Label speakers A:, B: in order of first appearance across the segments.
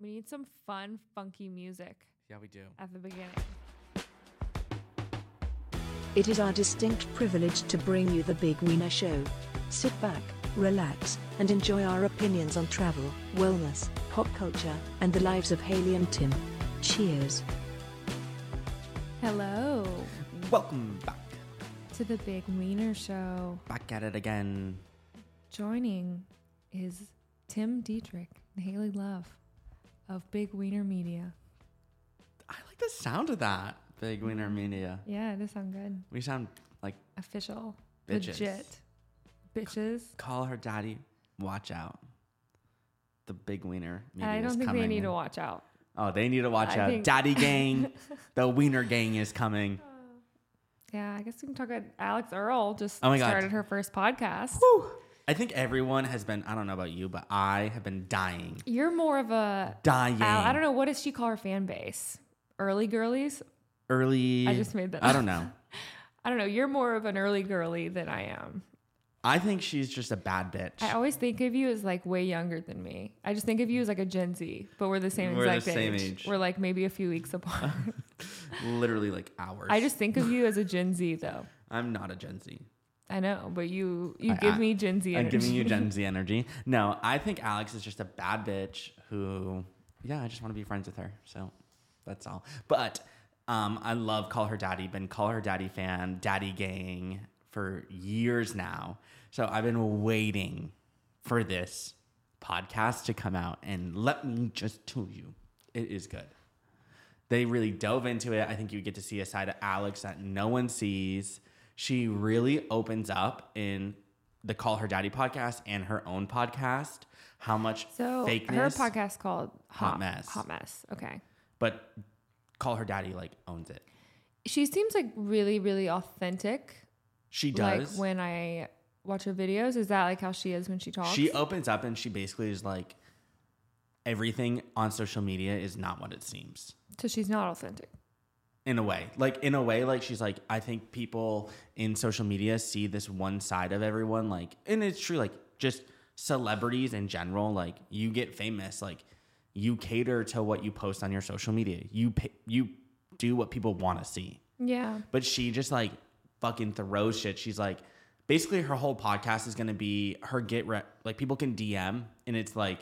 A: We need some fun, funky music
B: Yeah, we do.
A: at the beginning.
C: It is our distinct privilege to bring you the Big Wiener Show. Sit back, relax, and enjoy our opinions on travel, wellness, pop culture, and the lives of Haley and Tim. Cheers.
A: Hello
B: Welcome back.
A: to the Big Wiener Show.
B: Back at it again.
A: Joining is Tim Dietrich and Haley Love of Big Wiener Media.
B: I like the sound of that. Big Wiener Media.
A: Yeah, it does sound good.
B: We sound like
A: Official.
B: Bitches.
A: Legit. Bitches.
B: call her daddy. Watch out. The Big Wiener Media.
A: I
B: is
A: don't think
B: coming.
A: they need to watch out.
B: Oh, they need to watch
A: I
B: out.
A: think-
B: Daddy Gang. the Wiener Gang is coming.
A: Yeah, I guess we can talk about Alex Earl just
B: Oh my God.
A: started her first podcast.
B: I think everyone has been. I don't know about you, but I have been dying,
A: You're more of a
B: dying.
A: I I don't know what does she call her fan base? Early girlies?
B: Early.
A: I just made that
B: I don't know.
A: I don't know. You're more of an early girly than I am.
B: I think she's just a bad bitch.
A: I always think of you as like way younger than me. I just think of you as like a Gen Z, but we're the same
B: We're the
A: exact
B: same
A: age.
B: age.
A: We're like maybe a few weeks apart.
B: Literally like hours.
A: I just think of you as a Gen Z though.
B: I'm not a Gen Z.
A: I know, but you you
B: I-
A: give
B: I-
A: me Gen Z
B: I'm
A: energy.
B: giving you Gen Z energy. No, I think Alex is just a bad bitch who, yeah, I just want to be friends with her. So that's all. But um, I love Call Her Daddy. Been Call Her Daddy fan, Daddy Gang for years now. So I've been waiting for this podcast to come out. And let me just tell you, it is good. They really dove into it. I think you get to see a side of Alex that no one sees. She really opens up in the Call Her Daddy podcast and her own podcast how much
A: so
B: fakeness.
A: her podcast called Hot,
B: Hot Mess.
A: Hot mess. Okay.
B: But Call Her Daddy like owns it.
A: She seems like really really authentic.
B: She does.
A: Like when I watch her videos, is that like how she is when she talks?
B: she uh, opens up and she basically is like, everything on social media is not what it seems.
A: so she's not authentic.
B: in a way like in a way like she's like i think people in social media see this one side of everyone like and it's true like just celebrities in general like you get famous like you cater to what you post on your social media you pay, you do what people want to see
A: Yeah.
B: but she just like fucking throws shit. She's like, basically, her whole podcast is gonna be her get re- like people can DM and it's like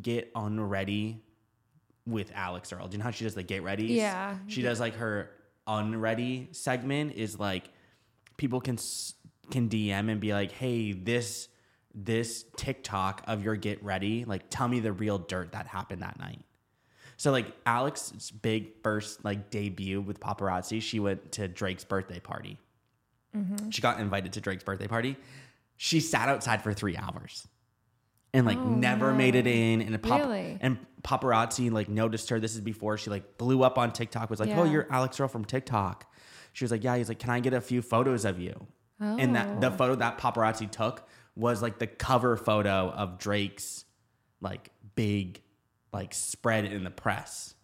B: get on ready with Alex Earl. Do you know how she does the get ready?
A: Yeah.
B: she does like her unready segment is like people can s- can DM and be like, hey, this this TikTok of your get ready, like tell me the real dirt that happened that night. So like Alex's big first like debut with paparazzi, she went to Drake's birthday party.
A: Mm-hmm.
B: She got invited to Drake's birthday party. She sat outside for three hours and like never made it in. And a pap-
A: Oh, Really?
B: and paparazzi like noticed her. This is before she like blew up on TikTok. Was like, oh,
A: Yeah.
B: you're Alex Earl from TikTok. She was like, yeah. He's like, can I get a few photos of you? And that
A: Oh.
B: the photo that paparazzi took was like the cover photo of Drake's like big like spread in the press.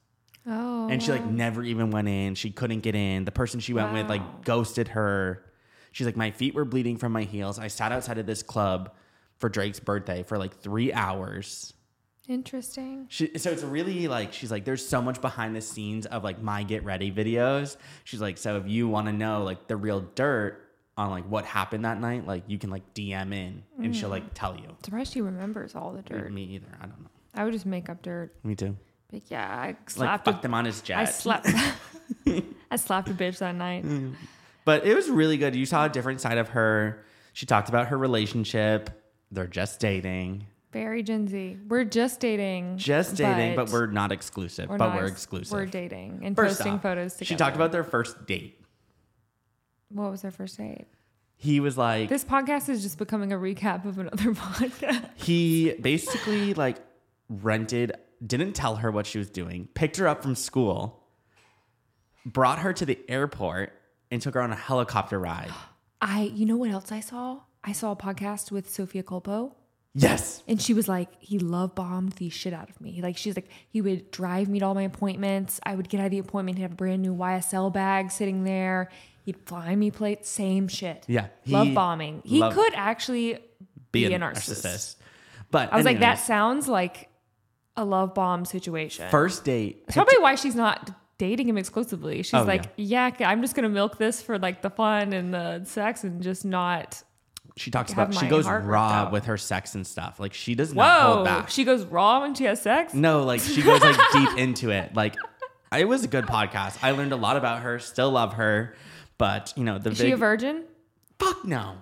A: Oh.
B: And she like never even went in. She couldn't get in. The person she went with
A: Wow.
B: like ghosted her. She's like, my feet were bleeding from my heels. I sat outside of this club for Drake's birthday for like three hours.
A: Interesting.
B: She, so it's really like she's like, there's so much behind the scenes of like my get ready videos. She's like, so if you want to know like the real dirt on like what happened that night, like you can like DM in and she'll like tell you.
A: Surprised she remembers all the dirt.
B: Me either. I don't know.
A: I would just make up dirt.
B: Me too.
A: But yeah, I
B: Like
A: slapped.
B: fuck
A: a,
B: them on his jet.
A: I slapped. I slapped a bitch that night.
B: Mm. But it was really good. You saw a different side of her. She talked about her relationship. They're just dating.
A: Very Gen Z. We're just dating.
B: Just dating, but, we're not exclusive. but
A: not
B: we're
A: ex-
B: exclusive.
A: We're dating and
B: First
A: posting
B: off,
A: photos together.
B: She talked about their first date.
A: what was our first date.
B: He was like
A: This podcast is just becoming a recap of another podcast.
B: he basically like rented, didn't tell her what she was doing, picked her up from school, brought her to the airport, and took her on a helicopter ride.
A: I, you know what else I saw? I saw a podcast with Sophia Colpo.
B: Yes.
A: And she was like, he love bombed the shit out of me. Like she's like, he would drive me to all my appointments. I would get out of the appointment, he'd have a brand new YSL bag sitting there. He'd fly me plates, same shit.
B: Yeah, he
A: love bombing. He
B: loved-
A: could actually be, a narcissist.
B: But
A: I was like, that
B: anyways,
A: sounds like a love bomb situation.
B: First date.
A: It's probably why she's not dating him exclusively. She's
B: Oh,
A: like, yeah. I'm just gonna milk this for like the fun and the sex and just not.
B: She talks
A: Have
B: about she
A: my
B: goes
A: heart ripped
B: raw
A: out.
B: with her sex and stuff. Like she does not hold
A: Whoa,
B: back.
A: she goes raw when she has sex.
B: no, like she goes like deep into it. Like it was a good podcast. I learned a lot about her. Still love her, but you know the
A: Is
B: big
A: she a virgin?
B: fuck no.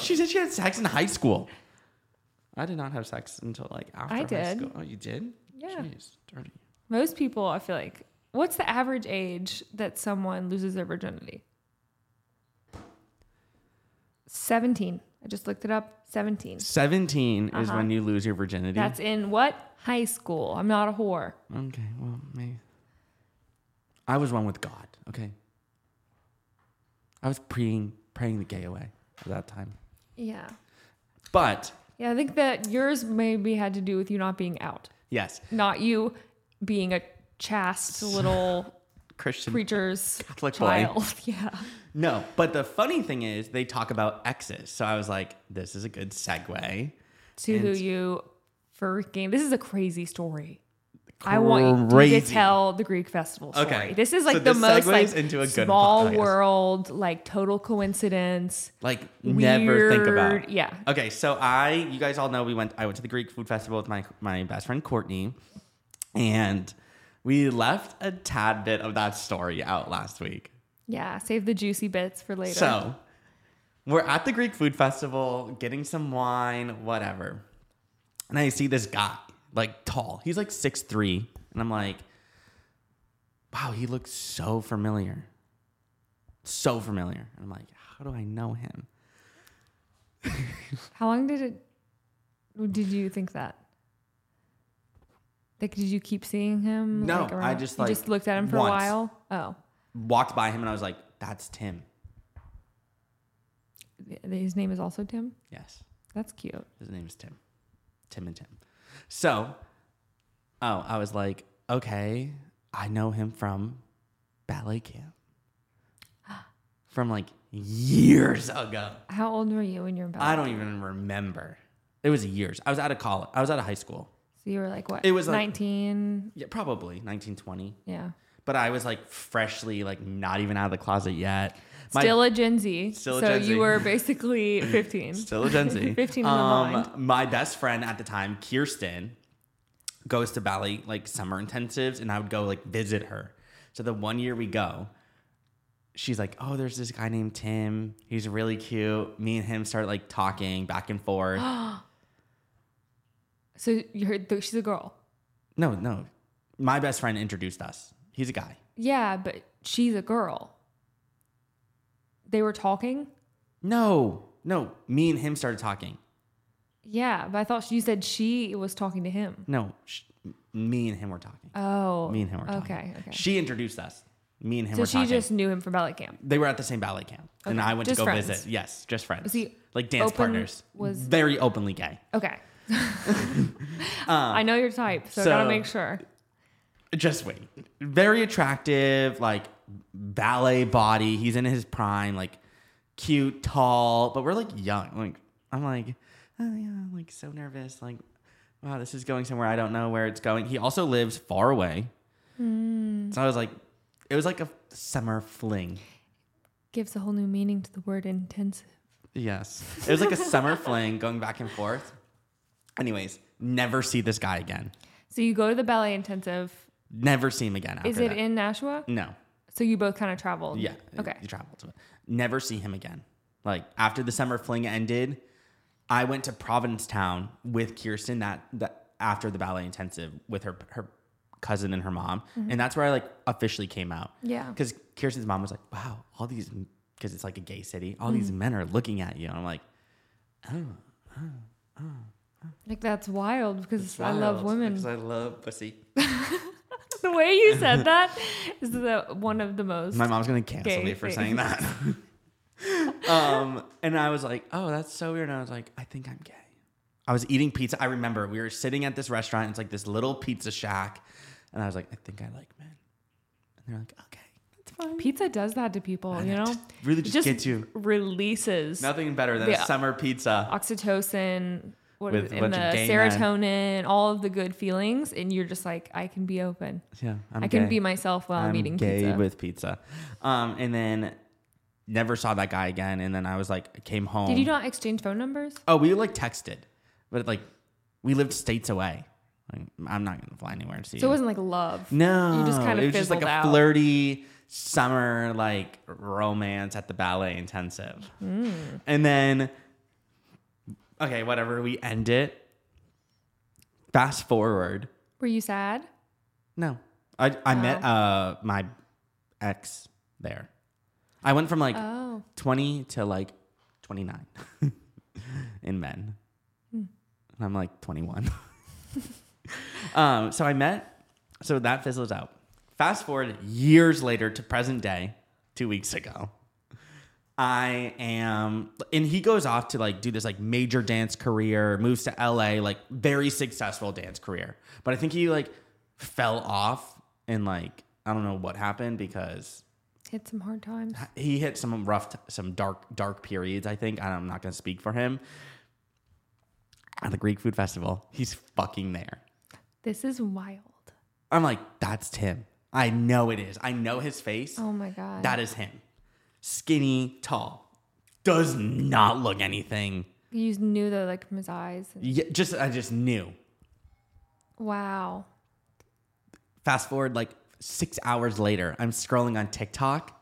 B: She said she had sex in high school. I did not have sex until like after
A: I
B: high
A: did.
B: school. Oh, you did?
A: Yeah.
B: Jeez, dirty.
A: Most people, I feel like, what's the average age that someone loses their virginity? 17. I just looked it up. 17.
B: 17 is when you lose your virginity.
A: Uh-huh. That's in what? High school. I'm not a whore.
B: okay. Well, maybe. I was one with God. Okay. I was praying, praying the gay away at that time.
A: Yeah.
B: But
A: Yeah, I think that yours maybe had to do with you not being out,
B: yes,
A: not you being a chaste little
B: Christian.
A: preacher's
B: Catholic boy.
A: child. Yeah.
B: No, but the funny thing is they talk about exes. So I was like, this is a good segue.
A: To who
B: And-
A: you freaking. This is a crazy story. I want you to
B: Crazy.
A: tell the Greek festival story.
B: Okay.
A: This is
B: So
A: like the
B: this
A: most like
B: segues into a Oh, good
A: small
B: podcast.
A: world, like total coincidence.
B: Like never think
A: Weird-
B: about.
A: yeah.
B: Okay, so I, you guys all know we went. I went to the Greek food festival with my my best friend Courtney, and we left a tad bit of that story out last week.
A: Yeah, save the juicy bits for later.
B: So we're at the Greek food festival, getting some wine, whatever. And I see this guy, like tall. He's like 6'3. And I'm like, wow, he looks so familiar. So familiar. And I'm like, how do I know him?
A: how long did it? Did you think that? Like, did you keep seeing him?
B: No,
A: like,
B: I
A: around-
B: just,
A: you
B: like,
A: just looked at him for
B: once.
A: a while. Oh,
B: Walked by him and I was like, that's Tim.
A: Th- his name is also Tim.
B: Yes.
A: That's cute.
B: His name is Tim. Tim and Tim. So, oh, I was like, okay, I know him from ballet camp. From like years ago.
A: How old were you when you were in ballet?
B: I don't even remember. It was years. I was out of college. I was out of high school.
A: So you were like what?
B: It was, like-
A: nineteen.
B: Yeah, probably 1920.
A: yeah.
B: But I was like freshly, like not even out of the closet yet. My-
A: Still a Gen Z.
B: Still a
A: so
B: Gen Z.
A: you were basically 15.
B: Still a Gen Z.
A: 15 in the mind.
B: Um, My best friend at the time, Kirsten, goes to ballet like summer intensives, and I would go like visit her. So the one year we go, she's like, "Oh, there's this guy named Tim. He's really cute." Me and him start like talking back and forth.
A: So you heard th- she's a girl.
B: no, no, my best friend introduced us. He's a guy.
A: Yeah, but she's a girl. They were talking.
B: No, no, me and him started talking.
A: Yeah, but I thought you said she was talking to him.
B: No, sh- me and him were talking.
A: Oh,
B: me and him were talking.
A: Okay, okay.
B: She introduced us. Me and him
A: so
B: were
A: she
B: talking.
A: just knew him from ballet camp.
B: They were at the same ballet camp, and
A: Okay.
B: I went
A: Just
B: to go
A: friends.
B: visit. Yes, just friends.
A: Was he
B: like dance
A: open-
B: partners.
A: was-
B: very openly gay.
A: Okay. I know your type, so, I
B: Uh, so-
A: gotta make sure.
B: Just wait. Very attractive, like ballet body. He's in his prime, like cute, tall, but we're like young. Like I'm like, oh yeah, I'm like so nervous. Like, wow, this is going somewhere I don't know where it's going. He also lives far away,
A: Hmm.
B: so I was like, it was like a summer fling.
A: Gives a whole new meaning to the word intensive.
B: Yes. It was like a summer fling going back and forth. Anyways, never see this guy again.
A: So you go to the ballet intensive.
B: Never see him again. After
A: Is it
B: that.
A: in Nashua?
B: No.
A: So you both kind of traveled.
B: Yeah.
A: Okay.
B: You traveled to it. Never see him again. Like after the summer fling ended, I went to Provincetown with Kirsten that, that after the ballet intensive with her her cousin and her mom, and that's where I like officially came out.
A: Mm-hmm. Yeah.
B: Because Kirsten's mom was like, "Wow, all these," because it's like a gay city.
A: Mm-hmm.
B: All these men are looking at you, and I'm like,
A: Like that's wild because I love
B: "Wild,"
A: women.
B: Because I love pussy.
A: The way you said that is the one of the most.
B: My mom's gonna cancel
A: gay
B: me for
A: things.
B: saying that. um, and I was like, "Oh, that's so weird." And I was like, "I think I'm gay." I was eating pizza. I remember we were sitting at this restaurant. It's like this little pizza shack, and I was like, "I think I like men." And they're like, "Okay, that's fine."
A: pizza does that to people, you
B: know,
A: know.
B: just really just gets you.
A: releases
B: Nothing better than
A: Yeah.
B: a summer pizza.
A: oxytocin, what
B: With a
A: and
B: bunch
A: the
B: of gay men.
A: serotonin, all of the good feelings, and you're just like, I can be open.
B: Yeah, I'm
A: I can
B: gay.
A: be myself while I'm,
B: I'm
A: eating
B: gay
A: pizza.
B: with pizza. Um, and then never saw that guy again. And then I was like, came home.
A: Did you not exchange phone numbers?
B: Oh, we like texted, but like we lived states away. Like, I'm not gonna fly anywhere to see.
A: So it
B: you.
A: wasn't like love.
B: No,
A: you just kind of
B: it was just like
A: fizzled
B: a
A: out.
B: flirty summer like romance at the ballet intensive,
A: Hmm.
B: and then okay, whatever. We end it. Fast forward.
A: Were you sad?
B: No, I I met uh my ex there. I went from like
A: Oh,
B: 20 to like 29 in men. And I'm like 21. um, so I met, so that fizzles out. Fast forward years later to present day, two weeks ago. I am, and he goes off to like do this like major dance career, moves to LA, like very successful dance career. But I think he like fell off and like, I don't know what happened because
A: hit some hard times.
B: he hit some rough some dark dark periods i think and i'm not going to speak for him at the greek food festival he's fucking there
A: This is wild.
B: i'm like that's tim i know it is i know his face
A: Oh my god.
B: that is him skinny tall does not look anything
A: you just knew though, like from his eyes. And,
B: Ye- just i just knew
A: wow.
B: fast forward like six hours later i'm scrolling on tiktok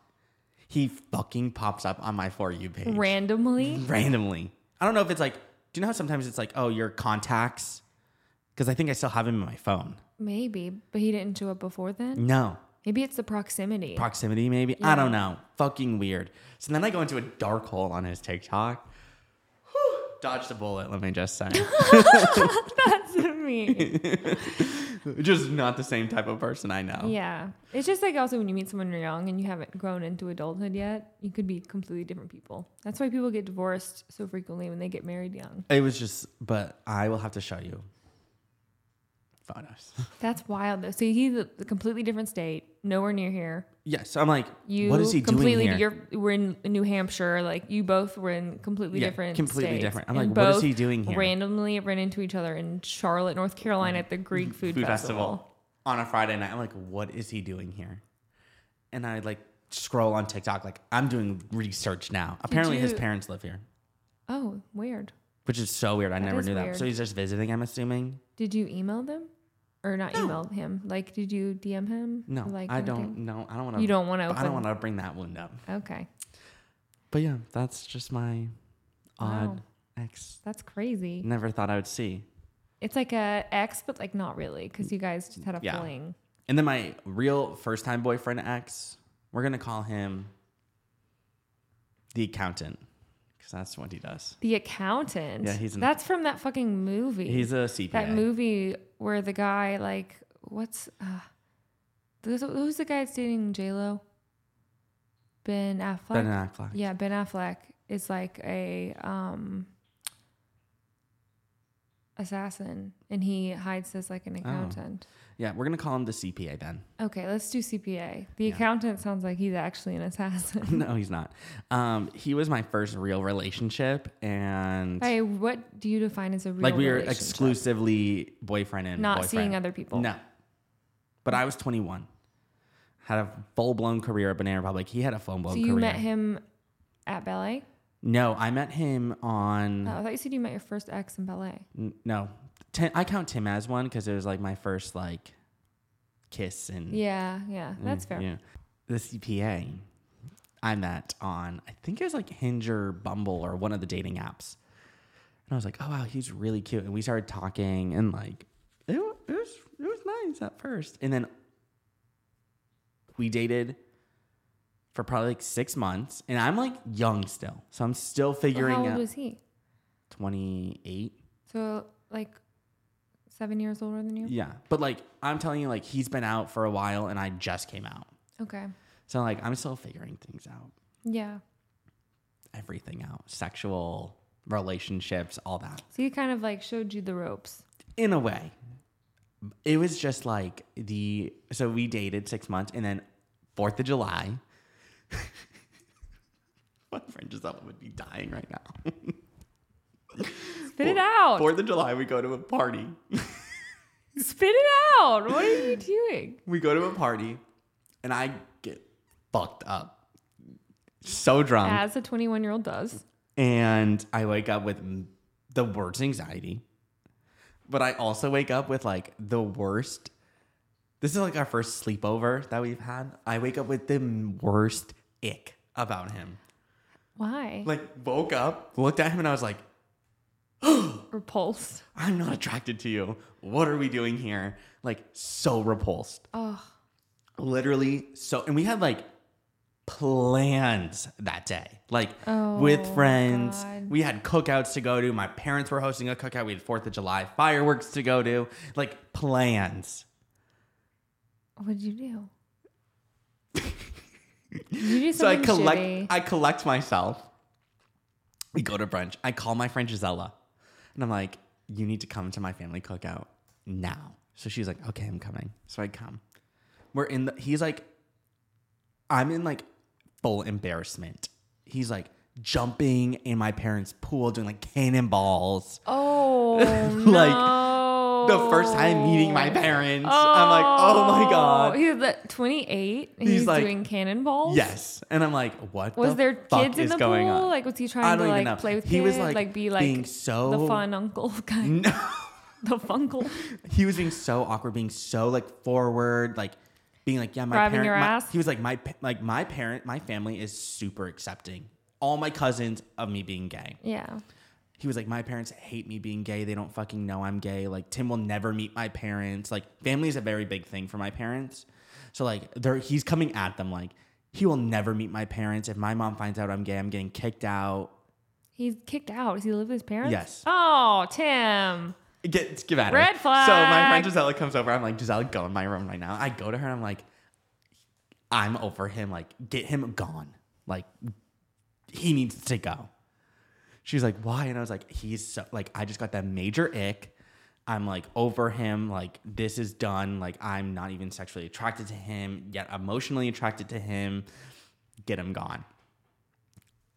B: he fucking pops up on my for you page
A: Randomly.
B: randomly. I don't know if it's like, do you know how sometimes it's like, oh, your contacts? Because I think I still have him in my phone.
A: Maybe, but he didn't show up before then.
B: No.
A: Maybe it's the proximity.
B: Proximity, maybe? I don't know. Fucking weird. So then I go into a dark hole on his TikTok. Whew, Dodged a bullet, let me just say.
A: That's me.
B: just not the same type of person I know.
A: Yeah. It's just like also when you meet someone you're young and you haven't grown into adulthood yet, you could be completely different people. That's why people get divorced so frequently when they get married young.
B: It was just, but I will have to show you photos.
A: That's wild though. So he's a a completely different state, nowhere near here.
B: yeah, so I'm like,
A: You
B: what is he doing
A: completely
B: here?
A: You're, we're in New Hampshire. Like you both were in completely
B: Yeah,
A: different,
B: completely
A: states,
B: different. I'm
A: and
B: like, what is
A: both
B: he doing here?
A: Randomly ran into each other in Charlotte, North Carolina, at the Greek Food,
B: Mm. food
A: Festival.
B: festival on a Friday night. I'm like, what is he doing here? And I like scroll on TikTok, like, I'm doing research now. Apparently, his
A: you-
B: parents live here,
A: Oh, weird.
B: which is so weird. I never
A: is
B: knew
A: weird.
B: that. So he's just visiting, I'm assuming.
A: Did you email them, or not
B: No.
A: email him? Like, did you DM him?
B: No,
A: like
B: I
A: contact-
B: don't know. I don't want to.
A: You don't wanna
B: I don't
A: open-
B: want to bring that wound up.
A: Okay,
B: But yeah, that's just my odd
A: Wow.
B: ex.
A: that's crazy.
B: Never thought I would see.
A: It's like a ex, but like not really, because you guys just had a
B: Yeah.
A: fling.
B: And then my real first time boyfriend ex, we're going to call him the accountant because that's what he does.
A: The accountant.
B: Yeah, he's an-
A: that's from that fucking movie.
B: He's a CPA.
A: that movie where the guy like what's uh who's, who's the guy that's dating J Lo? Ben Affleck.
B: Ben Affleck.
A: Yeah, Ben Affleck is like a um assassin, and he hides as
B: Oh.
A: like an accountant.
B: Yeah, we're gonna call him the CPA then.
A: Okay, let's do CPA. The accountant sounds like he's actually an assassin.
B: no, he's not. Um, he was my first real relationship, and
A: hey, what do you define as a real
B: like we were
A: relationship?
B: exclusively boyfriend and
A: Not
B: boyfriend.
A: seeing other people.
B: No, but I was 21, had a full blown career at Banana Republic. He had a full blown
A: So you
B: career.
A: met him at ballet.
B: No, I met him on
A: Oh, I thought you said you met your first ex in ballet.
B: n- no. Tim, I count Tim as one because it was like my first like kiss and
A: Yeah, yeah, that's fair.
B: Mm. Yeah. The CPA I met on, I think it was like Hinge or Bumble or one of the dating apps. And I was like, oh, wow, he's really cute. And we started talking and like, it, wa- it, was, it was nice at first. And then we dated for probably like six months. And I'm like young still. So I'm still
A: Well,
B: figuring
A: how old
B: out
A: was he?
B: 28.
A: So like seven years older than you?
B: Yeah. But like, I'm telling you, like, he's been out for a while and I just came out.
A: Okay.
B: So like, I'm still figuring things out.
A: Yeah.
B: everything out sexual relationships all that
A: So he kind of like showed you the ropes.
B: in a way it was just like the so we dated six months and then fourth of july my friend giselle would be dying right now
A: Spit it out.
B: Fourth of July, we go to a party.
A: Spit it out. What are you doing?
B: we go to a party, and I get fucked up, so drunk,
A: As a 21 year old does.
B: and I wake up with m- the worst anxiety. But I also wake up with like the worst. This is like our first sleepover that we've had. I wake up with the worst ick about him.
A: Why?
B: Like woke up, looked at him, and I was like,
A: Repulsed.
B: I'm not attracted to you. What are we doing here? Like, so repulsed.
A: Ugh.
B: Literally, so. And we had like plans that day, like with
A: Oh,
B: friends.
A: God.
B: We had cookouts to go to. My parents were hosting a cookout. We had Fourth of July fireworks to go to, like plans.
A: What did you do? you do
B: So I
A: something
B: collect,
A: shitty.
B: I collect myself. We go to brunch. I call my friend Gisela, and I'm like, "You need to come to my family cookout now." So she's like, "Okay, I'm coming." So I come. We're in the. He's like, I'm in like full embarrassment. He's like jumping in my parents' pool, doing like cannonballs.
A: oh,
B: Like,
A: no.
B: The first time meeting my
A: Oh.
B: parents, I'm like, "Oh my god."
A: He's at 28. He's,
B: He's like-
A: doing cannonballs.
B: Yes, and I'm like, "What
A: Was
B: the
A: there
B: fuck
A: kids in
B: is
A: the pool?
B: going on?
A: Like, was he
B: I
A: trying to
B: don't even
A: like
B: know.
A: play with
B: He was,
A: kids?
B: like,
A: be like
B: being so-
A: the fun uncle guy, the funkle,
B: he was being so awkward, being so like forward, like being like, yeah, my
A: Grabbing
B: parent.
A: your
B: my-
A: ass?
B: He was like, my pa- like my parent, my family is super accepting. All my cousins of me being gay.
A: yeah.
B: He was like, my parents hate me being gay. They don't fucking know I'm gay. Like Tim will never meet my parents. Like family is a very big thing for my parents. So like, they're he's coming at them like he will never meet my parents. If my mom finds out I'm gay, I'm getting kicked out.
A: He's kicked out. Does he live with his parents?
B: Yes.
A: Oh, Tim.
B: Get give at her.
A: Red
B: So my
A: flag.
B: friend Gisela comes over. I'm like, Gisela, go in my room right now. I go to her and I'm like, I'm over him. Like, get him gone. Like, he needs to go. She's like, why? And I was like, he's so, like, I just got that major ick. I'm like over him. Like, this is done. Like, I'm not even sexually attracted to him, yet emotionally attracted to him. Get him gone.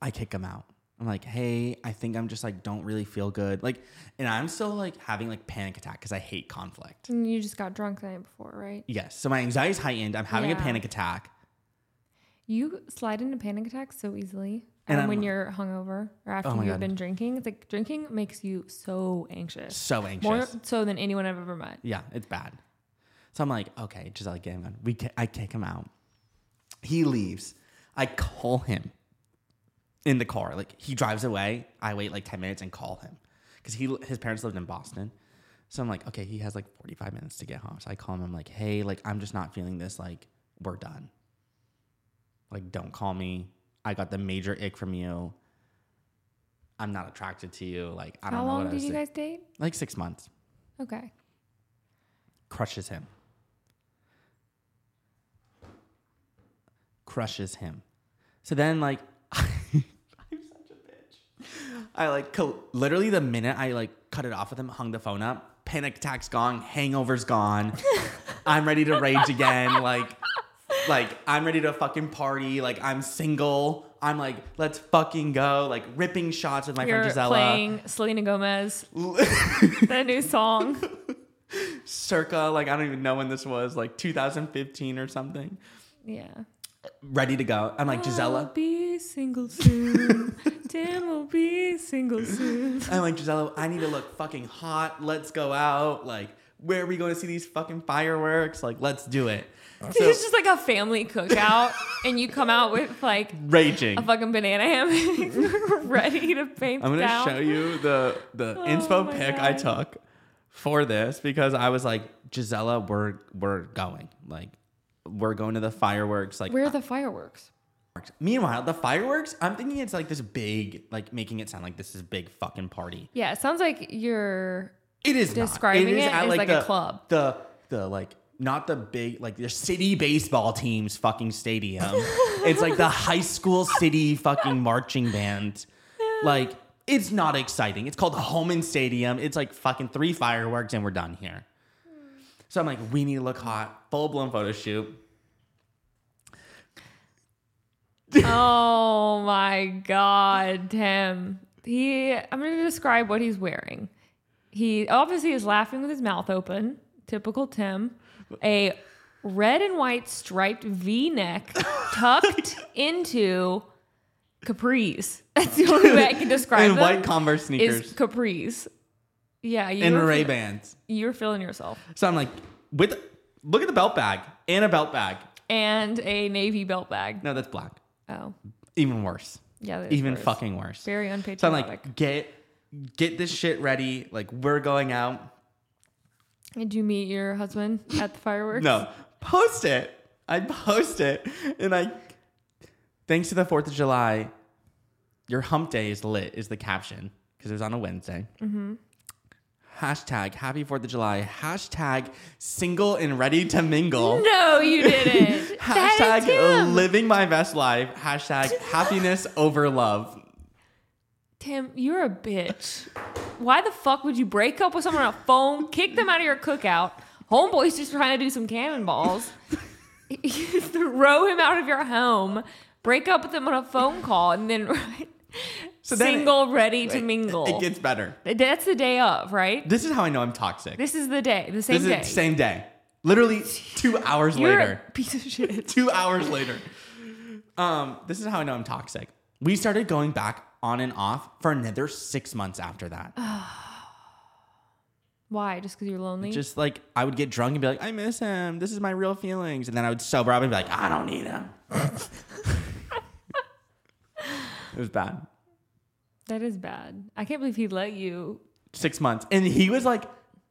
B: I kick him out. I'm like, hey, I think I'm just like, don't really feel good. Like, and I'm still like having like panic attack because I hate conflict.
A: And you just got drunk the night before, right?
B: Yes. So my anxiety's heightened. I'm having a
A: Yeah.
B: panic attack.
A: You slide into panic attacks so easily.
B: And
A: And,
B: I'm-
A: when you're hungover or after
B: Oh my
A: you've
B: God.
A: been drinking, it's like drinking makes you so anxious.
B: So anxious.
A: More so than anyone I've ever met.
B: Yeah, it's bad. So I'm like, okay, just like get him gone. We ki- I kick him out. He leaves. I call him in the car. Like he drives away. I wait like ten minutes and call him because he his parents lived in Boston. So I'm like, okay, he has like 45 minutes to get home. So I call him. I'm like, hey, like I'm just not feeling this. Like we're done. Like don't call me. I got the major ick from you. I'm not attracted to you. Like I don't
A: How
B: know
A: long
B: what I
A: did
B: was
A: you
B: doing.
A: guys date?
B: like six months
A: Okay.
B: crushes him. Crushes him. So then, like, I'm such a bitch. I like co- literally the minute I like cut it off with him, hung the phone up. Panic attack's gone. Hangover's gone. I'm ready to rage again. Like, like I'm ready to fucking party. Like I'm single. I'm like, let's fucking go. Like ripping shots with my
A: You're
B: friend Gisela.
A: playing Selena Gomez, that new song.
B: Circa, like I don't even know when this was, like 2015 or something.
A: Yeah.
B: ready to go. I'm like,
A: I'll
B: Gisela.
A: be single soon. Tim will be single soon.
B: I'm like, Gisela, I need to look fucking hot. Let's go out. Like, where are we going to see these fucking fireworks? Like, let's do it. So,
A: it's just like a family cookout, and you come out with like
B: raging.
A: a fucking banana ham ready to paint
B: I'm gonna
A: down.
B: show you the the
A: Oh
B: inspo
A: my
B: pic I
A: God.
B: took for this because I was like, Gisela, we're we're going. Like, we're going to the fireworks. Like,
A: Where are the fireworks?
B: fireworks. Meanwhile, the fireworks. I'm thinking it's like this big, like making it sound like this is a big fucking party.
A: Yeah, it sounds like you're.
B: It is not.
A: Describing
B: is
A: it
B: at,
A: as like a
B: the-
A: club.
B: The the like not the big like the city baseball team's fucking stadium. it's like the high school city fucking marching band. Like it's not exciting. It's called Holman Stadium. It's like fucking three fireworks and we're done here. So I'm like, we need to look hot, full blown photo shoot.
A: Oh my god, Tim. He, I'm going to describe what he's wearing. He obviously is laughing with his mouth open. Typical Tim. A red and white striped V-neck tucked into capris. That's the only way I can describe
B: And
A: them,
B: white Converse
A: Is
B: sneakers
A: capris. Yeah, you
B: and
A: were-
B: Ray Bans.
A: You're feeling yourself.
B: So I'm like, with look at the belt bag and a belt bag.
A: And a navy belt bag.
B: No, that's black.
A: Oh,
B: Even worse.
A: yeah. that is
B: Even
A: worse.
B: fucking worse.
A: Very
B: So I'm
A: unpatriotic.
B: like, get get this shit ready. Like we're going out.
A: Did you meet your husband at the fireworks?
B: No, post it. I post it, and I. Thanks to the Fourth of July, your hump day is lit. Is the caption because it was on a Wednesday. Mm-hmm. Hashtag Happy Fourth of July. Hashtag Single and ready to mingle.
A: No, you didn't. that is
B: Hashtag
A: Tim.
B: living my best life. Hashtag happiness over love.
A: Tim, you're a bitch. Why the fuck would you break up with someone on a phone, kick them out of your cookout? Homeboy's just trying to do some cannonballs. you throw him out of your home, break up with him on a phone call, and then
B: then it-
A: single, ready to mingle.
B: It gets better.
A: That's the day of, right?
B: This is how I know I'm toxic.
A: This is the day, the
B: This
A: same
B: is
A: day.
B: the same day. Literally two hours
A: You're
B: later.
A: a piece of shit.
B: two hours later. Um, this is how I know I'm toxic. We started going back on and off for another six months after that.
A: Why? Just because you're lonely?
B: Just like I would get drunk and be like, I miss him. This is my real feelings. And then I would sober up and be like, I don't need him. it was bad.
A: that is bad. I can't believe he let you.
B: Six months. And he was like,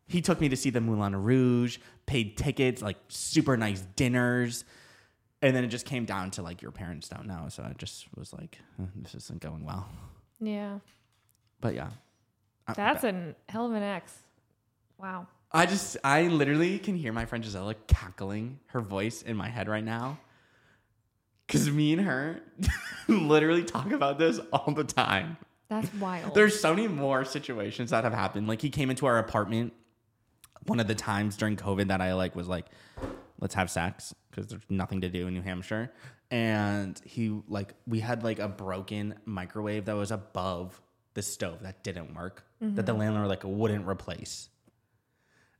B: he took me to see the Moulin Rouge, paid tickets, like super nice dinners. And then it just came down to like your parents don't know. So I just was like, "Uh, this isn't going well.
A: Yeah.
B: But yeah. I-
A: That's a hell of an ex. Wow.
B: I just, I literally can hear my friend Gisela cackling her voice in my head right now. Cause me and her literally talk about this all the time.
A: That's wild.
B: There's so many more situations that have happened. Like he came into our apartment one of the times during COVID that I like was like, let's have sex because there's nothing to do in New Hampshire. And he like we had like a broken microwave that was above the stove that didn't work that the landlord like wouldn't replace.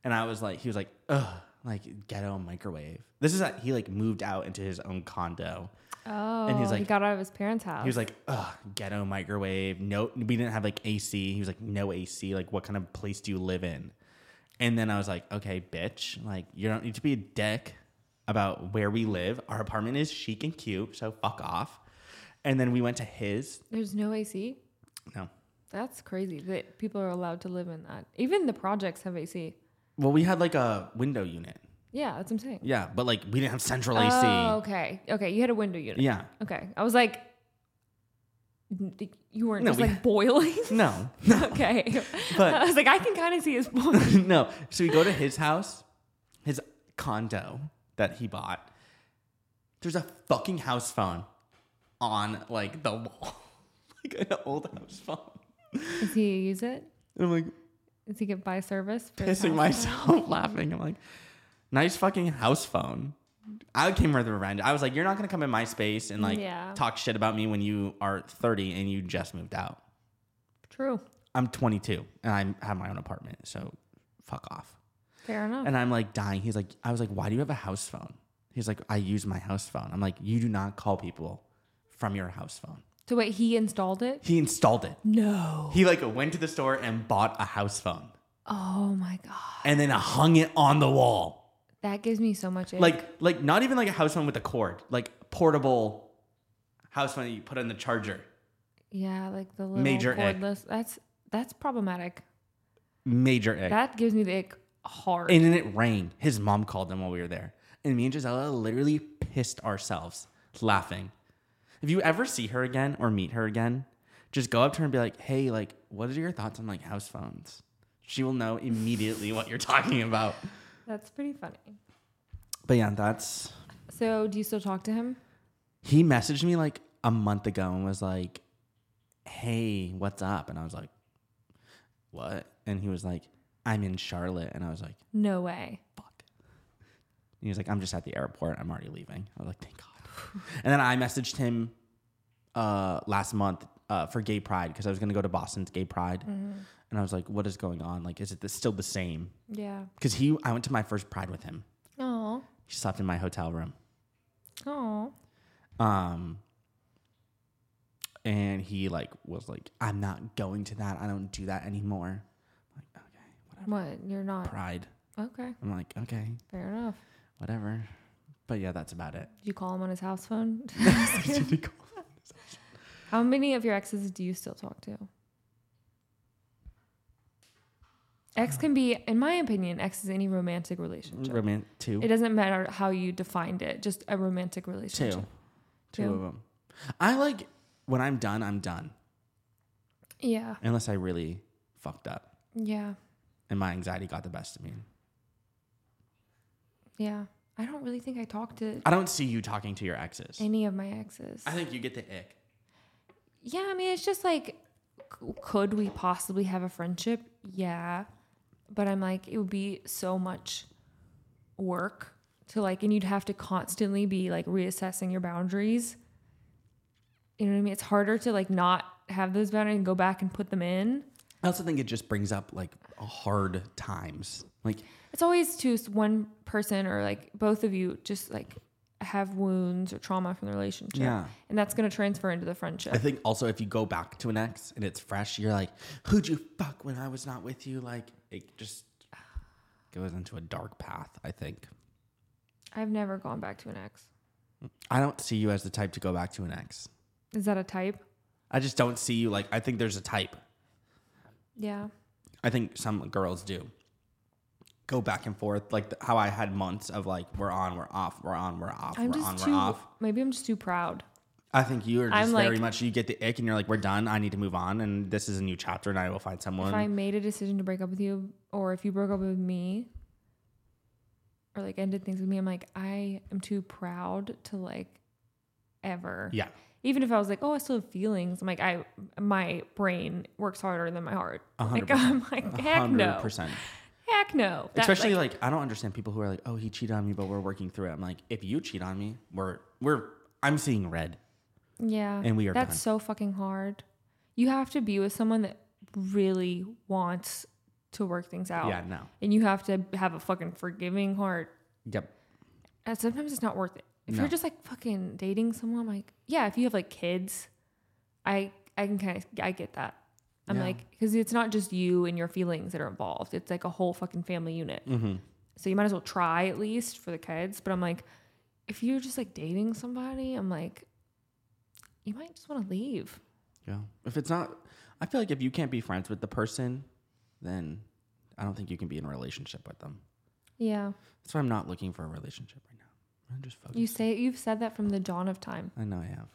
B: And I was like, he was like, ugh, like ghetto microwave. This is that he like moved out into his own condo.
A: oh,
B: he's
A: he
B: like-
A: got out of his parents' house.
B: He was like, ugh, ghetto microwave. No, we didn't have like AC. He was like, no AC. Like, what kind of place do you live in? And then I was like, okay, bitch, like, you don't need to be a dick about where we live. Our apartment is chic and cute, so fuck off. And then we went to his.
A: "There's no AC."
B: No.
A: That's crazy that people are allowed to live in that. Even the projects have AC.
B: Well, we had like a window unit.
A: Yeah, that's what I'm saying.
B: Yeah, but like, we didn't have central AC.
A: Oh, okay, okay. You had a window unit.
B: Yeah.
A: Okay, I was like, you weren't
B: No,
A: just
B: we-
A: like boiling.
B: No.
A: okay,
B: But-
A: I was like, I can kind of see his point.
B: no. So we go to his house, his condo that he bought. There's a fucking house phone on like the wall, like an old house phone.
A: Does he use it?
B: And I'm like
A: Does he get by service? for his
B: pissing
A: house?
B: myself laughing. I'm like, nice fucking house phone. I came with revenge. I was like, you're not gonna come in my space and like
A: Yeah.
B: talk shit about me when you are 30 and you just moved out.
A: True.
B: I'm 22 and I have my own apartment, so fuck off.
A: Fair enough.
B: And I'm like dying. He's like, I was like, why do you have a house phone? He's like, I use my house phone. I'm like, you do not call people from your house phone.
A: so wait, he installed it?
B: He installed it.
A: No.
B: He like went to the store and bought a house phone
A: Oh my god,
B: and then hung it on the wall.
A: that gives me so much. ick.
B: Like, like not even like a house phone with a cord, like portable house phone that you put on the charger.
A: Yeah, like the little
B: Major ick.
A: cordless. That's that's problematic.
B: Major ick.
A: That gives me the ick hard.
B: and then it rained. His mom called them while we were there. And me and Gisela literally pissed ourselves laughing. If you ever see her again or meet her again, just go up to her and be like, hey, like, what are your thoughts on like house phones? She will know immediately what you're talking about.
A: that's pretty funny.
B: But yeah, that's
A: So, do you still talk to him?
B: he messaged me like a month ago and was like, Hey, what's up? And I was like, What? And he was like, I'm in Charlotte. And I was like,
A: No way.
B: fuck. And he was like, I'm just at the airport. I'm already leaving. I was like, thank God. and then I messaged him uh, last month uh, for Gay Pride because I was going to go to Boston's Gay Pride, and I was like, "What is going on? Like, is it the, still the same?"
A: Yeah.
B: Because he, I went to my first Pride with him.
A: Oh.
B: He slept in my hotel room.
A: Oh.
B: Um, and he like was like, "I'm not going to that. I don't do that anymore." I'm like, okay, whatever.
A: What? You're not.
B: Pride.
A: Okay.
B: I'm like, okay,
A: Fair enough.
B: whatever. But yeah, that's about it.
A: Did you call him on his house phone?
B: Did he call?
A: How many of your exes do you still talk to? Ex can be, in my opinion, ex is any romantic relationship.
B: Roman two,
A: It doesn't matter how you defined it, just a romantic
B: two,
A: relationship.
B: two
A: Two.
B: of them. I like when I'm done. I'm done.
A: Yeah.
B: Unless I really fucked up
A: Yeah.
B: and my anxiety got the best of me.
A: Yeah. I don't really think I talked to
B: I don't see you talking to your exes.
A: any of my exes.
B: I think you get the ick.
A: Yeah, I mean, it's just like, c- could we possibly have a friendship? Yeah. But I'm like, it would be so much work to like, and you'd have to constantly be like reassessing your boundaries. You know what I mean? It's harder to like not have those boundaries and go back and put them in.
B: I also think it just brings up like hard times. Like
A: It's always to s- one person or like both of you just like have wounds or trauma from the relationship.
B: Yeah.
A: And that's going to transfer into the friendship.
B: I think also if you go back to an ex and it's fresh, you're like, who'd you fuck when I was not with you? Like it just goes into a dark path, I think.
A: I've never gone back to an ex.
B: I don't see you as the type to go back to an ex.
A: Is that a type?
B: I just don't see you like I think there's a type.
A: Yeah.
B: I think some girls do go back and forth like th- how I had months of like we're on, we're off, we're on, we're off,
A: I'm
B: we're
A: just
B: on,
A: too.
B: we're off.
A: Maybe I'm just too proud.
B: I think you are
A: I'm
B: just
A: like-
B: very much you get the ick and you're like we're done, I need to move on and this is a new chapter and I will find someone.
A: If I made a decision to break up with you, or if you broke up with me, or like ended things with me, I'm like, I am too proud to like ever.
B: yeah.
A: Even if I was like, oh, I still have feelings. I'm like, I my brain works harder than my heart.
B: A hundred
A: Like I'm like, heck no,
B: 100%.
A: heck no. That,
B: Especially like, I don't understand people who are like, "Oh, he cheated on me, but we're working through it." I'm like, "If you cheat on me, we're we're I'm seeing red."
A: yeah,
B: and we are
A: That's
B: done.
A: so fucking hard. You have to be with someone that really wants to work things out.
B: Yeah, no.
A: and you have to have a fucking forgiving heart.
B: Yep.
A: And sometimes it's not worth it. If
B: No.
A: you're just like fucking dating someone, like yeah, if you have like kids, I I can kind of I get that. I'm
B: Yeah.
A: like because it's not just you and your feelings that are involved. It's like a whole fucking family unit.
B: Mm. Mm-hmm.
A: So you might as well try at least for the kids. But I'm like, if you're just like dating somebody, I'm like, you might just want to leave.
B: Yeah. If it's not I feel like if you can't be friends with the person, then I don't think you can be in a relationship with them.
A: Yeah,
B: That's why I'm not looking for a relationship right now. I'm just focused.
A: you say you've said that from the dawn of time.
B: I know I have.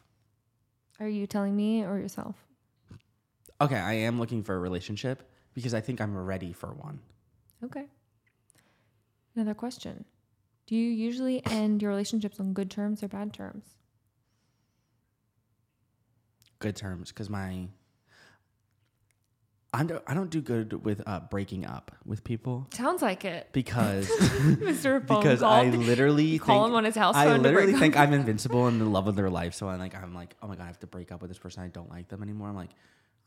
A: Are you telling me or yourself?
B: Okay, I am looking for a relationship because I think I'm ready for one.
A: Okay. Another question. Do you usually end your relationships on good terms or bad terms?
B: Good terms cuz my I'm, do- I don't do good with uh, breaking up with people
A: Sounds like it.
B: because
A: Mr. Phone
B: because
A: call.
B: I literally
A: call
B: think-
A: him on his house
B: I
A: phone to
B: literally
A: break
B: think I'm invincible in the love of their life. So I'm like, I'm like, oh my god, I have to break up with this person. I don't like them anymore. I'm like,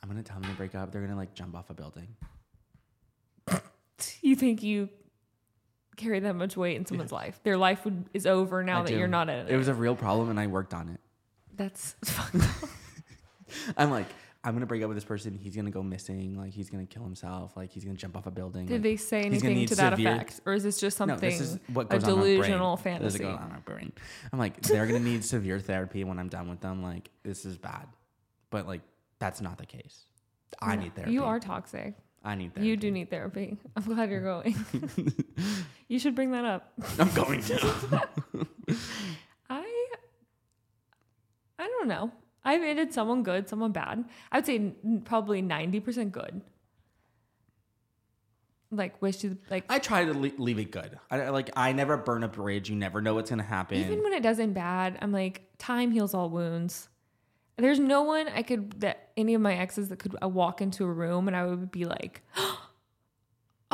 B: I'm gonna tell them to break up. They're gonna like jump off a building.
A: you think you carry that much weight in someone's life. Their life would, is over now
B: I
A: that
B: do.
A: you're not in it.
B: It was a real problem, and I worked on it.
A: That's fucked up.
B: I'm like, I'm gonna break up with this person. He's gonna go missing. Like he's gonna kill himself. Like he's gonna jump off a building.
A: Did
B: like,
A: they say
B: he's gonna
A: anything
B: need
A: to that
B: severe-
A: effect? Or is this just something
B: No, this is what
A: a
B: goes on
A: delusional
B: my brain. This is
A: fantasy?
B: going on my brain. I'm like, they're gonna need severe therapy when I'm done with them. Like this is bad, but like that's not the case. I need therapy.
A: You are toxic.
B: I need therapy.
A: You do need therapy. I'm glad you're going. you should bring that up.
B: I'm going to.
A: I I don't know. I've ended someone good, someone bad. I would say n- probably ninety percent good. Like wish you like
B: I try to le- leave it good. I I- like I never burn a bridge. You never know what's gonna happen.
A: even when it doesn't bad, I'm like time heals all wounds. There's no one I could that any of my exes that could I walk into a room and I would be like, oh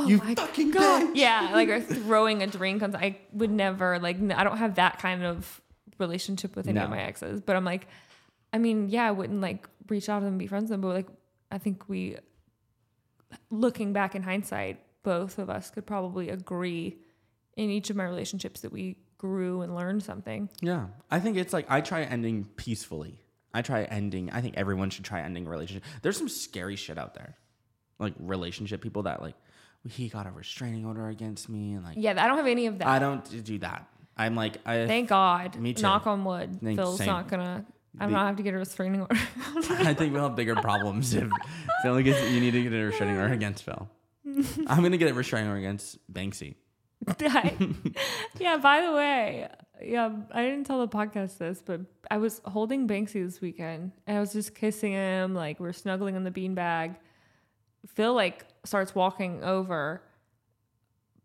B: You
A: my
B: fucking
A: god,
B: bitch.
A: yeah, like or throwing a drink on. I would never like n- I don't have that kind of relationship with any of
B: No.
A: my exes, but I'm like, I mean, yeah, I wouldn't like reach out to them, be friends with them. But like, I think we, looking back in hindsight, both of us could probably agree in each of my relationships that we grew and learned something.
B: Yeah. I think it's like I try ending peacefully. I try ending. I think everyone should try ending a relationship. There's some scary shit out there. Like relationship people that like he got a restraining order against me and like
A: Yeah, I don't have any of that.
B: I don't do that. I'm like I
A: Thank God.
B: Me too.
A: Knock on wood.
B: Thank-
A: Phil's
B: same.
A: not gonna. I'm
B: The-
A: not have to get a restraining order.
B: I think we'll have bigger problems if Phil gets you need to get a restraining order against Phil. I'm gonna get a restraining order against Banksy.
A: yeah. By the way, yeah, I didn't tell the podcast this, but I was holding Banksy this weekend, and I was just kissing him, like we are snuggling in the beanbag. Phil like starts walking over.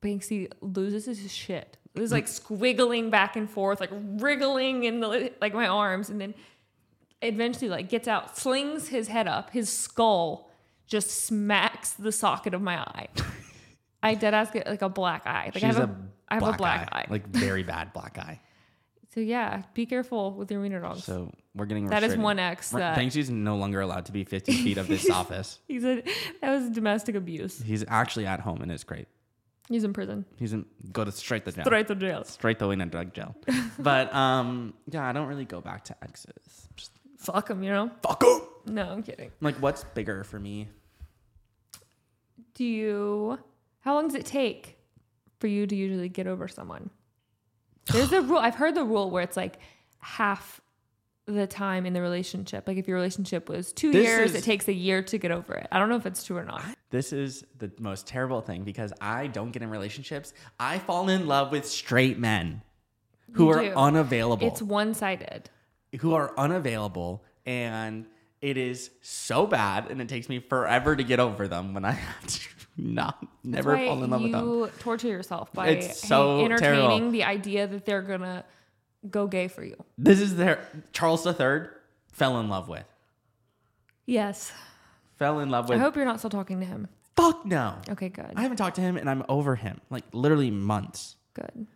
A: Banksy loses his shit. It was like squiggling back and forth, like wriggling in the like my arms, and then eventually like gets out, slings his head up, his skull just smacks the socket of my eye. I dead ass get like a black eye. Like I have a, I have a black eye.
B: Like very bad black eye.
A: so yeah, be careful with your wiener dogs.
B: So we're getting
A: That is
B: restraining-
A: one X
B: Re-
A: that-
B: Banksy's no longer allowed to be 50 feet of this office.
A: He said that was domestic abuse.
B: He's actually at home in his crate.
A: He's in prison.
B: He's in go to straight the jail.
A: Straight to jail.
B: Straight the way in a drug jail. but um, yeah, I don't really go back to exes. Just
A: Fuck him, you know?
B: fuck 'em.
A: No, I'm kidding.
B: Like what's bigger for me?
A: Do you? How long does it take for you to usually get over someone? There's a rule. I've heard the rule where it's like half the time in the relationship. Like if your relationship was two
B: This
A: years,
B: is-
A: it takes a year to get over it. I don't know if it's true or not.
B: This is the most terrible thing because I don't get in relationships. I fall in love with straight men who
A: You
B: are
A: do.
B: unavailable.
A: It's one sided.
B: who are unavailable and it is so bad and it takes me forever to get over them when I have to not never fall in love with them.
A: You torture yourself by
B: It's so
A: hang- entertaining
B: terrible.
A: the idea that they're gonna go gay for you.
B: This is their Charles III fell in love with.
A: Yes.
B: Fell in love
A: I
B: with
A: hope you're not still talking to him.
B: fuck no.
A: Okay, good.
B: I haven't talked to him and I'm over him. Like literally months.
A: good.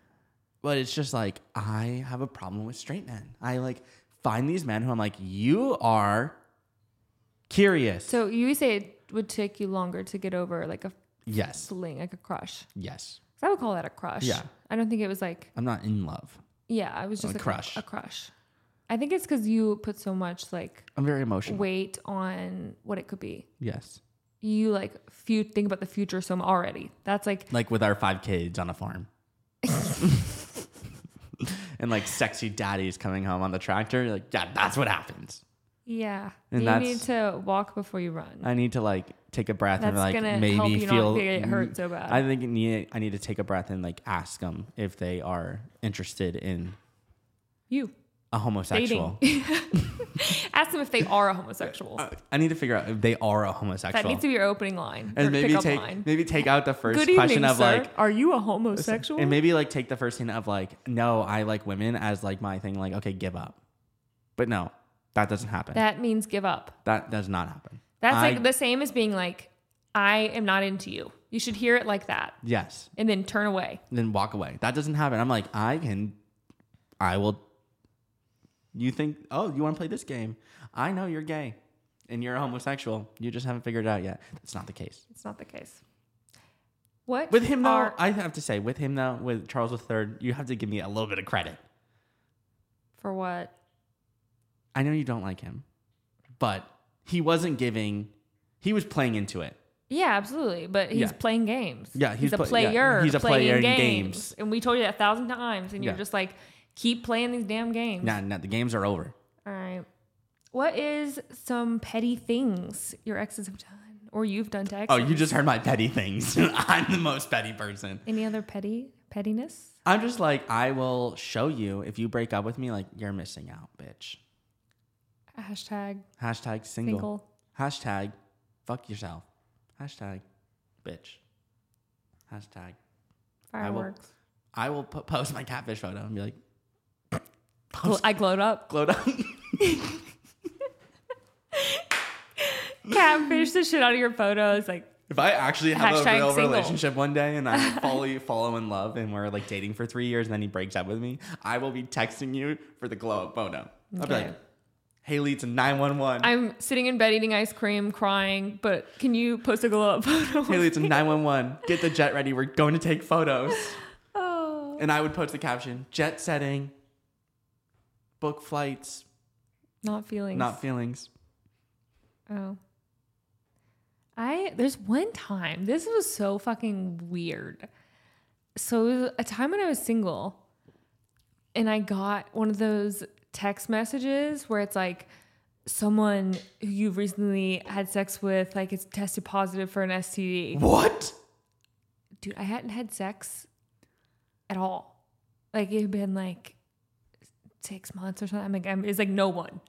B: But it's just like I have a problem with straight men. I like find these men who I'm like, you are curious.
A: So you say it would take you longer to get over like a
B: yes.
A: fling, like a crush.
B: Yes.
A: 'Cause I would call that a crush.
B: Yeah.
A: I don't think it was like
B: I'm not in love.
A: yeah, I was just
B: A
A: like,
B: crush.
A: A crush. I think it's because you put so much like
B: I'm very emotional.
A: weight on what it could be.
B: Yes.
A: You like few think about the future so mu- already. That's like
B: like with our five kids on a farm. and like sexy daddies coming home on the tractor. You're like, yeah, that's what happens.
A: yeah.
B: And
A: you
B: that's-
A: need to walk before you run.
B: I need to like take a breath and
A: That's
B: like
A: gonna
B: maybe
A: help you not
B: feel
A: get hurt so bad.
B: I think I need, I need to take a breath and like ask them if they are interested in
A: you
B: a homosexual.
A: dating. Ask them if they are a homosexual.
B: I need to figure out if they are a
A: that
B: homosexual.
A: needs to be your opepening line.
B: and
A: or
B: maybe
A: pickup
B: take
A: line.
B: maybe take out the first
A: Good
B: question
A: evening,
B: of
A: sir.
B: like
A: are you a homosexual?
B: And maybe like take the first hint of like, no, I like women as like my thing, like, okay, give up. But no, that doesn't happen. That,
A: that means give up.
B: does not happen.
A: That's
B: I-
A: like the same as being like, I am not into you. You should hear it like that
B: Yes.
A: and then turn away.
B: Then walk away. That doesn't happen. I'm like, I can I will you think oh, you want to play this game. I know you're gay and you're a homosexual. You just haven't figured it out yet. That's not the case.
A: It's not the case. What?
B: With him though,
A: are-
B: I have to say, with him though, with Charles III, you have to give me a little bit of credit.
A: for what?
B: I know you don't like him, but he wasn't giving. He was playing into it.
A: Yeah, absolutely. But he's
B: Yeah.
A: playing games.
B: Yeah, he's
A: he's, a
B: play- yeah,
A: player.
B: he's a
A: playing
B: player in
A: games.
B: games.
A: And we told you that a thousand times, and you're
B: Yeah.
A: just like, keep playing these damn games.
B: Now, now the games are over.
A: All right. What is some petty things your exes have done or you've done to exes?
B: Oh, you just heard my petty things. I'm the most petty person.
A: Any other petty pettiness?
B: I'm just like, I will show you if you break up with me, like, you're missing out, bitch.
A: Hashtag
B: Hashtag single.
A: single.
B: Hashtag fuck yourself. Hashtag bitch. Hashtag I will-
A: Fireworks.
B: I will po- post my catfish photo and be like,
A: Gl- I glowed up.
B: glowed up.
A: Catfish the shit out of your photos. Like,
B: If I actually have
A: Hashtag
B: a real
A: single.
B: relationship one day and I follow you, follow in love, and we're like dating for three years, and then he breaks up with me, I will be texting you for the glow up photo. I'll be
A: Okay.
B: like, Haley, it's 911.
A: I'm sitting in bed eating ice cream, crying. But can you post a glow up photo?
B: Haley, it's 911. Get the jet ready. We're going to take photos.
A: oh.
B: And I would post the caption jet setting, book flights,
A: Not feelings.
B: not feelings.
A: Oh. I there's one time. This was so fucking weird. So it was a time when I was single and I got one of those text messages where it's like someone who you've recently had sex with like it's tested positive for an STD.
B: What?
A: Dude, I hadn't had sex at all. Like it had been like 6 months or something. I'm like I'm, it's like no one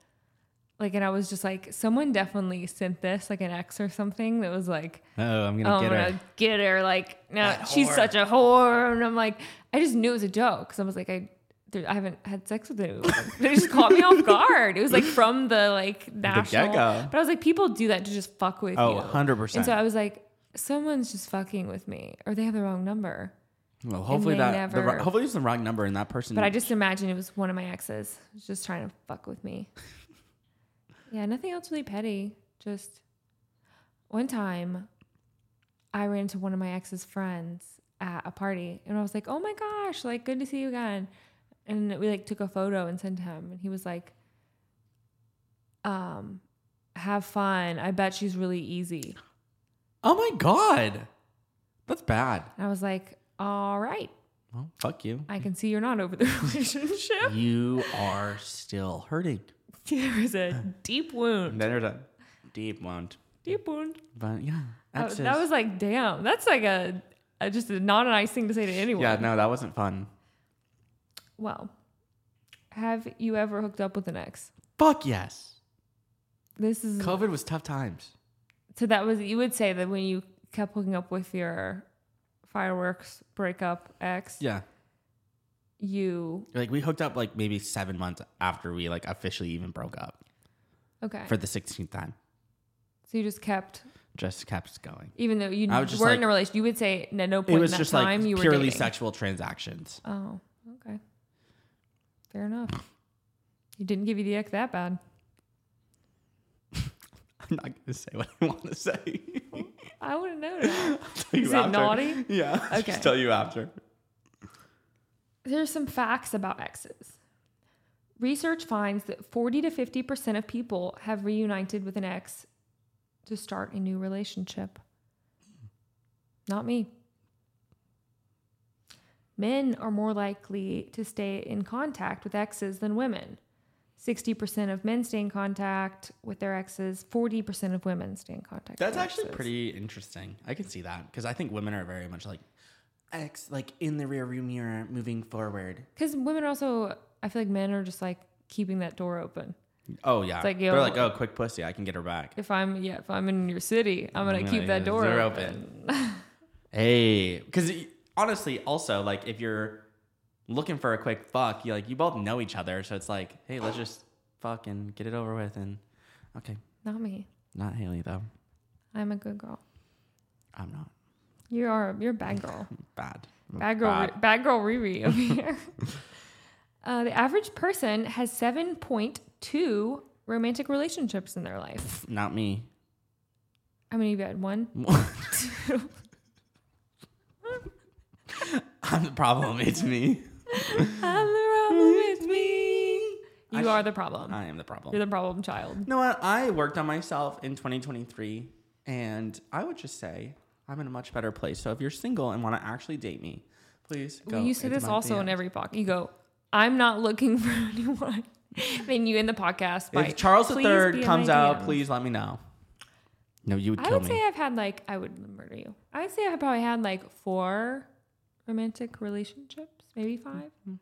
A: like and I was just like someone definitely sent this like an ex or something that was like
B: Oh, I'm
A: oh I'm gonna get her like no
B: That
A: she's
B: whore.
A: such a whore and I'm like I just knew it was a joke because I was like I there, I haven't had sex with anyone they just caught me off guard it was like from the like national
B: get-go.
A: but I was like people do that to just fuck with
B: Oh,
A: you
B: 100%.
A: and so I was like someone's just fucking with me or they have the wrong number
B: Well, hopefully
A: they
B: that the,
A: never-
B: ro- hopefully it's the wrong number and that person.
A: but I just imagine it was one of my exes was just trying to fuck with me. yeah, nothing else really petty. Just one time I ran into one of my ex's friends at a party and I was like, oh my gosh, like good to see you again. And we like took a photo and sent him and he was like, um, have fun. I bet she's really easy.
B: oh my god, that's bad.
A: And I was like, all right,
B: Well, fuck you.
A: I can see you're not over the relationship.
B: You are still hurting.
A: there is a deep wound.
B: Then there's a deep wound.
A: Deep wound.
B: But yeah,
A: Oh, That,
B: that's
A: that was like, damn, that's like a, a just a, not a nice thing to say to anyone.
B: yeah. No, that wasn't fun.
A: Well, have you ever hooked up with an ex?
B: Fuck yes.
A: This is
B: COVID was tough times.
A: so that was you would say that when you kept hooking up with your fireworks breakup ex,
B: Yeah,
A: you
B: like we hooked up like maybe seven months after we like officially even broke up
A: okay.
B: for the sixteenth time.
A: so you just kept,
B: Just kept going.
A: even though you
B: I
A: weren't
B: was just
A: in
B: like-
A: a relationship. You would say at no point
B: It was
A: in that
B: just
A: time
B: like
A: you were
B: purely
A: dating.
B: sexual transactions.
A: Oh, okay, fair enough. You didn't give you the ex that bad.
B: I'm not gonna say what I want to say.
A: I would have known.
B: Tell you
A: Is it naughty?
B: Yeah. I'll
A: Okay.
B: Just tell you after.
A: There's some facts about exes. Research finds that 40 to 50% of people have reunited with an ex to start a new relationship. Not me. Men are more likely to stay in contact with exes than women. 60% of men stay in contact with their exes, 40% of women stay in contact
B: That's
A: with
B: actually
A: exes.
B: pretty interesting. I can see that because I think women are very much like ex, like in the rearview mirror, moving forward.
A: Because women are also, I feel like men are just like keeping that door open.
B: Oh yeah,
A: like,
B: they're
A: yo-
B: like, oh, quick pussy, I can get her back.
A: if I'm yeah, if I'm in your city, I'm gonna
B: Yeah,
A: keep that
B: yeah,
A: door
B: they're
A: open.
B: Hey, because honestly, also like if you're looking for a quick fuck, you like you both know each other, so it's like, hey, let's just fuck and get it over with. And okay,
A: Not me.
B: not Haley though.
A: I'm a good girl.
B: I'm not
A: You are you're a bad girl.
B: bad.
A: Bad girl bad, girl Riri over here. uh, the average person has seven point two romantic relationships in their life.
B: Not me.
A: How many of you had one?
B: I'm the problem. It's me.
A: I'm the problem with me. You
B: I
A: are the problem.
B: I am the problem.
A: you're the problem child.
B: You know what? I worked on myself in 2023, and I would just say I'm in a much better place. So if you're single and want to actually date me, please go.
A: Well, you say
B: into
A: this
B: my
A: also in
B: DMs.
A: every podcast. You go, I'm not looking for anyone. then you end the podcast by
B: If Charles
A: "Please be
B: III
A: in
B: comes
A: my
B: out,
A: DMs."
B: please let me know. No, you would
A: I
B: kill
A: would
B: me.
A: say I've had like I would murder you. I would say I probably had like four romantic relationships, maybe 5
B: Mm-hmm.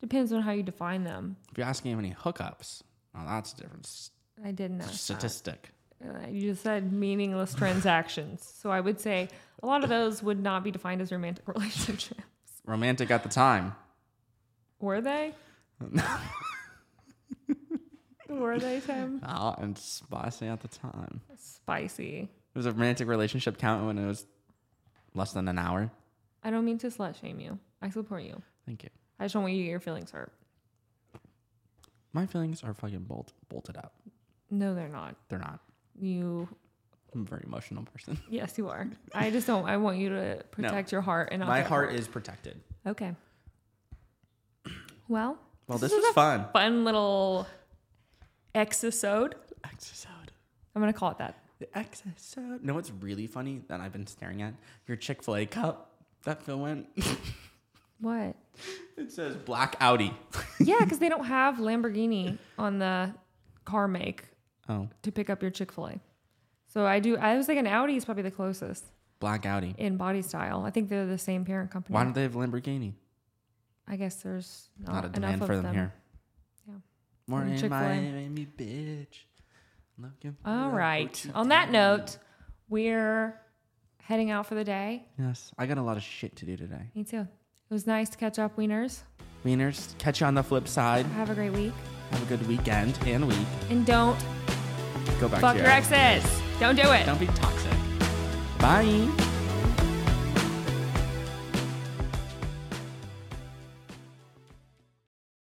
A: Depends on how you define them.
B: if you're asking how many hookups, now that's a different s-
A: I didn't ask. that.
B: statistic.
A: Uh, You just said meaningless transactions, so I would say a lot of those would not be defined as romantic relationships.
B: Romantic at the time.
A: Were they? Were they Tim?
B: Oh, and spicy at the time.
A: Spicy.
B: It was a romantic relationship count when it was less than an hour.
A: I don't mean to slut shame you. I support you.
B: Thank you.
A: I just don't want you to get your feelings hurt.
B: My feelings are fucking bolt bolted up.
A: No, they're not.
B: They're not.
A: You.
B: I'm a very emotional person.
A: Yes, you are. I just don't. I want you to protect your heart and not
B: My
A: get
B: heart
A: hurt.
B: is protected.
A: Okay. Well,
B: Well, this, was fun.
A: fun little exisode.
B: Exisode.
A: I'm gonna call it that.
B: The exisode. No, what's really funny that I've been staring at your Chick Fil A cup that Phil went.
A: What?
B: it says black Audi.
A: Yeah, because they don't have Lamborghini on the car make
B: oh,
A: to pick up your Chick Fil A. So I do. I was thinking Audi is probably the closest
B: black Audi.
A: in body style. I think they're the same parent company.
B: Why don't they have Lamborghini?
A: I guess there's not,
B: Not a
A: Oh, enough
B: demand
A: of
B: for them, here.
A: Yeah.
B: Morning,
A: Chick-fil-A.
B: Miami, bitch. Looking for
A: All
B: that
A: right.
B: booty
A: On that
B: down.
A: note, we're heading out for the day.
B: Yes, I got a lot of shit to do today.
A: Me too. It was nice to catch up, wieners.
B: Wieners, catch you on the flip side.
A: Have a great week,
B: Have a good weekend and week.
A: and don't
B: Go back
A: fuck
B: to
A: your exes. Don't do it.
B: Don't be toxic. Bye.